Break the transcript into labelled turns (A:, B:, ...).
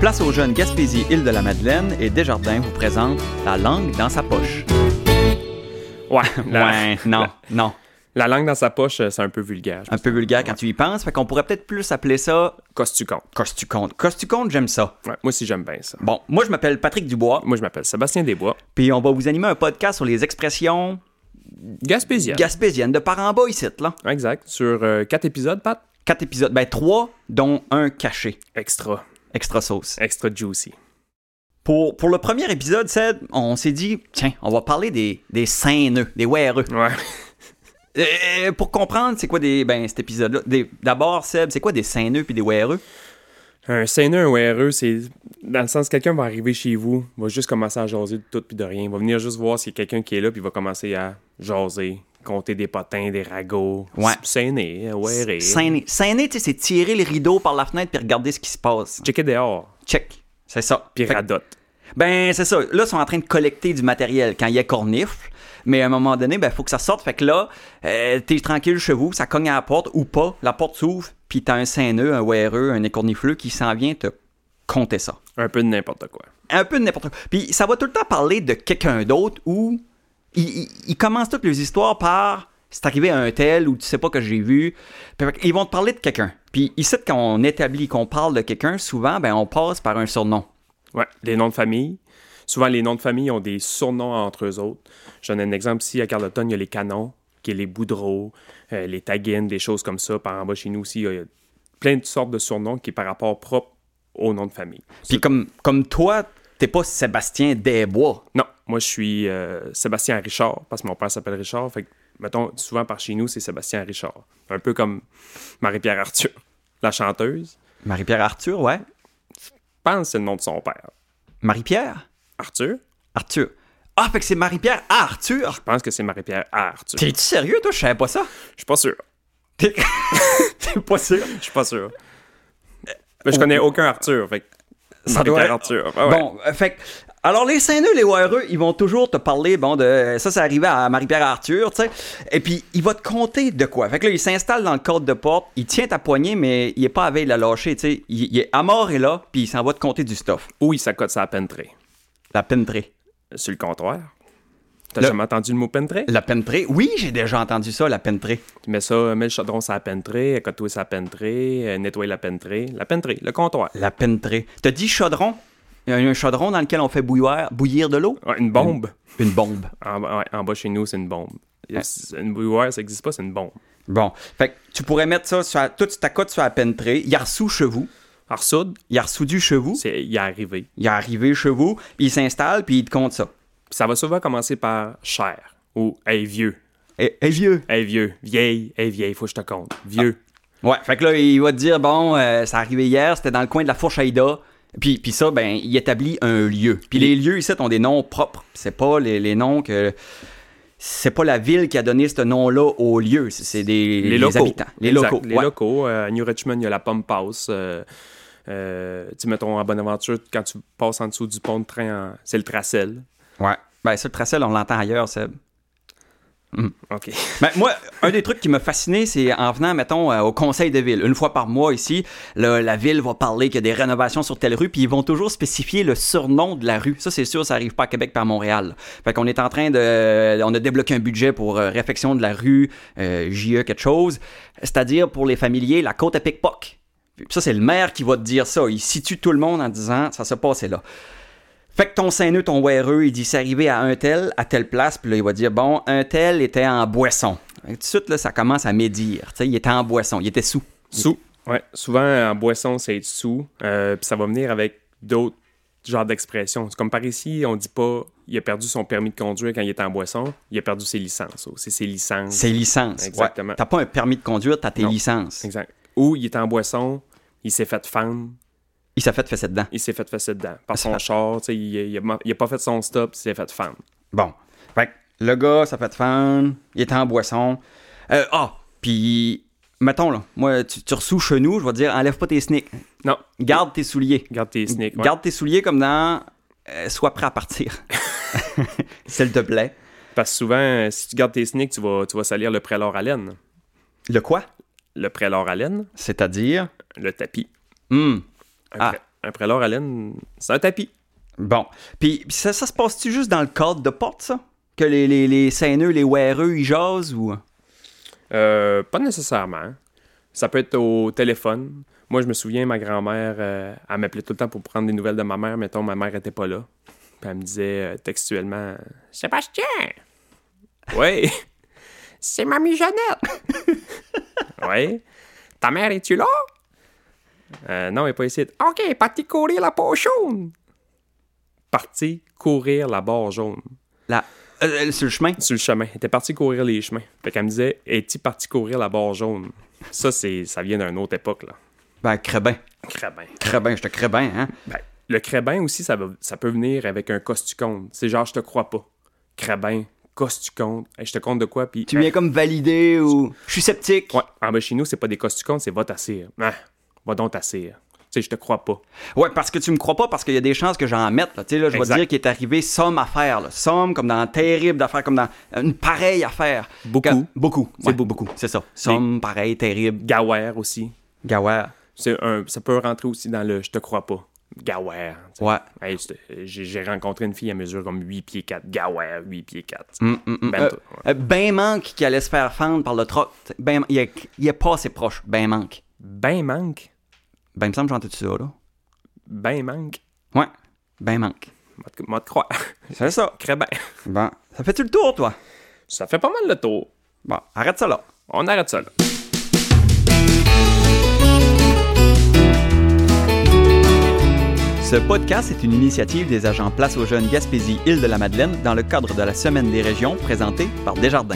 A: Place aux jeunes Gaspésie Île de la Madeleine et Desjardins vous présente La langue dans sa poche.
B: Ouais, la,
A: ouais, non, non.
B: la langue dans sa poche, euh, c'est un peu vulgaire.
A: Un peu vulgaire quand tu y penses, fait qu'on pourrait peut-être plus appeler ça
B: Costu compte.
A: Costu compte. Costu compte, j'aime ça.
B: Ouais, moi aussi, j'aime bien ça.
A: Bon, moi je m'appelle Patrick Dubois,
B: Moi, je m'appelle Sébastien Desbois,
A: puis on va vous animer un podcast sur les expressions
B: Gaspésien.
A: gaspésiennes de par en bas ici, là.
B: exact. Sur euh, quatre épisodes, Pat.
A: Quatre épisodes, ben trois, dont un caché.
B: Extra.
A: Extra sauce.
B: Extra juicy.
A: Pour, pour le premier épisode, Ced, on s'est dit, tiens, on va parler des, des saints-nœuds, des wereux.
B: Ouais.
A: Euh, pour comprendre, c'est quoi des, ben, cet épisode-là? des- D'abord, Seb, c'est quoi des saints-nœuds puis des wereux?
B: Un CNE, un ORE, c'est dans le sens quelqu'un va arriver chez vous, va juste commencer à jaser de tout puis de rien. Va venir juste voir s'il y a quelqu'un qui est là puis va commencer à jaser, compter des potins, des ragots.
A: Ouais.
B: CNE, ORE.
A: Sainner, Sainner, tu sais, c'est tirer le rideau par la fenêtre puis regarder ce qui se passe.
B: Checker dehors,
A: Check. C'est ça.
B: puis
A: Fait que-
B: radote.
A: Ben, c'est ça. Là, ils sont en train de collecter du matériel quand il y a cornifle. Mais à un moment donné, ben, faut que ça sorte. Fait que là, euh, t'es tranquille chez vous, ça cogne à la porte ou pas, la porte s'ouvre, puis t'as un saineux, un wereux, un écornifleux qui s'en vient te compter ça.
B: Un peu de n'importe quoi.
A: un peu de n'importe quoi. Puis ça va tout le temps parler de quelqu'un d'autre où ils, ils- ils commencent toutes les histoires par c'est arrivé à un tel ou tu sais pas que j'ai vu. Puis ils vont te parler de quelqu'un. Puis ici, quand on établit qu'on parle de quelqu'un, souvent, ben, on passe par un surnom.
B: Ouais, les noms de famille. Souvent, les noms de famille ont des surnoms entre eux autres. Je donne un exemple ici à Carleton, il y a les canons, qui est les boudreaux, euh, les taguines, des choses comme ça. Par en bas chez nous aussi, il y a plein de sortes de surnoms qui est par rapport propre au nom de famille.
A: Puis comme, comme toi, t'es pas Sébastien Desbois.
B: Non, moi je suis euh, Sébastien Richard, parce que mon père s'appelle Richard. Fait que, mettons, souvent par chez nous, c'est Sébastien Richard. Un peu comme Marie-Pierre Arthur, la chanteuse.
A: Marie-Pierre Arthur, ouais.
B: Je pense que c'est le nom de son père.
A: Marie-Pierre?
B: Arthur?
A: Arthur. Ah, fait que c'est Marie-Pierre Arthur!
B: Je pense que c'est Marie-Pierre Arthur.
A: T'es-tu sérieux, toi? Je savais pas ça.
B: Je suis pas sûr.
A: T'es t'es pas sûr?
B: Je suis pas sûr. Mais je connais aucun Arthur, fait que
A: Ça
B: Marie-Pierre
A: doit être-
B: Arthur. Ah ouais.
A: Bon, euh, fait que- alors les saints les Wareux, ils vont toujours te parler, bon, de ça, c'est arrivé à Marie-Pierre Arthur, tu sais, et puis il va te compter de quoi. Fait que là, il s'installe dans le cadre de porte, il tient ta poignée, mais il est pas à veille de la lâcher, tu sais, il, il est à mort et là, puis il s'en va te compter du stuff.
B: Où il s'accote sa pentrée?
A: La pentrée.
B: Sur le comptoir. T'as
A: Le-
B: jamais entendu le mot pentrée?
A: La pentrée? Oui, j'ai déjà entendu ça, la pentrée.
B: Tu mets ça, mets le chaudron sur la pentrée, accote-toi sa pentrée, nettoyer la pentrée. La pentrée, le comptoir.
A: La pentrée. T'as dit chaudron? Il y a un chaudron dans lequel on fait bouillir, bouillir de l'eau?
B: Ouais, une bombe.
A: Une bombe.
B: En, bas- ouais, en bas chez nous, c'est une bombe. C'est- Une bouilloire, ça n'existe pas, c'est une bombe.
A: Bon, fait que tu pourrais mettre ça, sur la- tout ta cote sur la pentrée, Yarsou chez vous,
B: Arsoud,
A: Yarsou du chez vous.
B: c'est y arrivé. Puis
A: Il est arrivé chez vous, puis il s'installe, puis il te compte ça.
B: ça va souvent commencer par cher ou hey vieux,
A: Et, et vieux.
B: hey Eh, vieux, vieille, hey vieille, faut que je te compte. Vieux.
A: Ouais, fait que là, il va te dire, bon, euh, ça arrivé hier, c'était dans le coin de la fourche Aïda. Puis, puis ça, ben, il établit un lieu. Puis les lieux ici ont des noms propres. C'est pas les, les noms que. C'est pas la ville qui a donné ce nom-là au lieu. C'est- C'est des
B: les locaux.
A: habitants. Les
B: Exact,
A: locaux.
B: Les
A: ouais.
B: locaux. Euh, à New Richmond, il y a la Pump House. Euh, euh, tu sais, mettons, à Bonaventure, quand tu passes en dessous du pont de train, en- c'est le Tracel.
A: Ouais. Ben, ça, le tracel, on l'entend ailleurs, Seb.
B: OK.
A: Ben, moi, un des trucs qui m'a fasciné, c'est en venant, mettons, euh, au conseil de ville. Une fois par mois ici, le- la ville va parler qu'il y a des rénovations sur telle rue, puis ils vont toujours spécifier le surnom de la rue. Ça, c'est sûr, ça arrive pas à Québec, pas à Montréal. Fait qu'on est en train de... On a débloqué un budget pour euh, réfection de la rue, euh, JE quelque chose, c'est-à-dire pour les familiers, la côte à pickpock. Puis ça, c'est le maire qui va te dire ça. Il situe tout le monde en disant, ça se passait là. Fait que ton saineux, ton wereux, il dit c'est arrivé à un tel, à telle place, puis là, il va dire bon, un tel était en boisson. Fait que Tout de suite, là, ça commence à médire. Tu sais, il était en boisson, il était sous.
B: Sous. Ouais. Souvent, en boisson, c'est être sous. Euh, Puis ça va venir avec d'autres genres d'expressions. C'est Comme par ici, on dit pas il a perdu son permis de conduire quand il était en boisson, il a perdu ses licences. Oh, C'est ses licences.
A: C'est licence.
B: Exactement.
A: Ouais. T'as pas un permis de conduire, t'as tes
B: Non.
A: licences.
B: Exact. Ou il est en boisson, il s'est fait fendre,
A: Il s'est fait fesser dedans.
B: il s'est fait fesser dedans. Par
A: Ça-
B: son char, tu sais, il, il, a, il a pas fait son stop, il s'est fait fendre.
A: Bon. Fait que le gars, ça fait de fan, il était en boisson. Euh, ah, puis mettons là, moi, tu, tu ressous chez nous, je vais te dire enlève pas tes sneaks,
B: Non,
A: garde tes souliers.
B: Garde tes sneakers. ouais.
A: Garde tes souliers comme dans euh, Sois prêt à partir. S'il te plaît.
B: Parce que souvent, euh, si tu gardes tes sneakers, tu vas, tu vas salir le prélor à laine.
A: Le quoi?
B: Le prélor à laine,
A: C'est-à-dire.
B: le tapis.
A: Hmm.
B: Un,
A: Ah.
B: pré- un prélor à laine, c'est un tapis.
A: Bon. Puis ça, ça se passe-tu juste dans le cadre de porte, ça? Que les, les, les saineux, les wéreux, ils jasent ou...
B: Euh, pas nécessairement. Ça peut être au téléphone. Moi, je me souviens, ma grand-mère, euh, elle m'appelait tout le temps pour prendre des nouvelles de ma mère. Mettons, ma mère était pas là. Puis elle me disait euh, textuellement Sébastien Ouais C'est Mamie Jeannette Ouais Ta mère, es-tu là Euh, Non, elle est pas ici. Ok, parti courir la barre jaune Parti courir la barre jaune.
A: Là, euh, euh, sur le chemin?
B: Sur le chemin. Elle était partie courir les chemins. Fait qu'elle me disait Es-tu parti courir la barre jaune Ça, c'est, ça vient d'une autre époque, là.
A: Ben, crébin.
B: Crébin.
A: Crébin, je te crébin, hein?
B: Ben, le crébin aussi, ça, va- ça peut venir avec un costuconte. C'est genre, je te crois pas. Crébin, costuconte. Hey, je te compte de quoi, puis.
A: Tu viens comme valider ou... Je suis sceptique.
B: Euh. Ouais, en bas chez nous, c'est pas des costucontes, c'est va t'assir. Ah, va donc t'assir. Tu sais, je te crois pas.
A: Ouais, parce que tu me crois pas, parce qu'il y a des chances que j'en mette. Là. Tu sais, là, je vais te
B: Exact.
A: dire qu'il est arrivé somme affaire. Là. Somme, comme dans terrible affaire, comme dans une pareille affaire.
B: Beaucoup.
A: Quand- beaucoup.
B: C'est
A: Ouais,
B: beaucoup.
A: C'est ça. Somme, pareil, terrible.
B: Gawer aussi.
A: Gawa.
B: C'est un, ça peut rentrer aussi dans le je te crois pas. Gawer. tu sais.
A: Ouais.
B: Hey, c'est- j'ai, j'ai rencontré une fille à mesure comme 8 pieds 4. Gawer, 8 pieds 4.
A: Mm, mm, mm.
B: Ben,
A: Euh,
B: toi, ouais.
A: euh, ben manque qui allait se faire fendre par le troc. Ben, il, est, il est pas assez proche. Ben manque.
B: Ben manque.
A: Ben, il me semble que j'entends ça, là.
B: Ben manque.
A: Ouais. Ben manque.
B: Moi, te- moi te croire.
A: C'est ça.
B: Crébin.
A: Bon. Ça fait-tu le tour, toi?
B: ben. Ça fait pas mal le tour.
A: Bon, arrête ça là.
B: On arrête ça là.
A: Ce podcast est une initiative des agents Place aux Jeunes Gaspésie Île de la Madeleine dans le cadre de la Semaine des Régions présentée par Desjardins.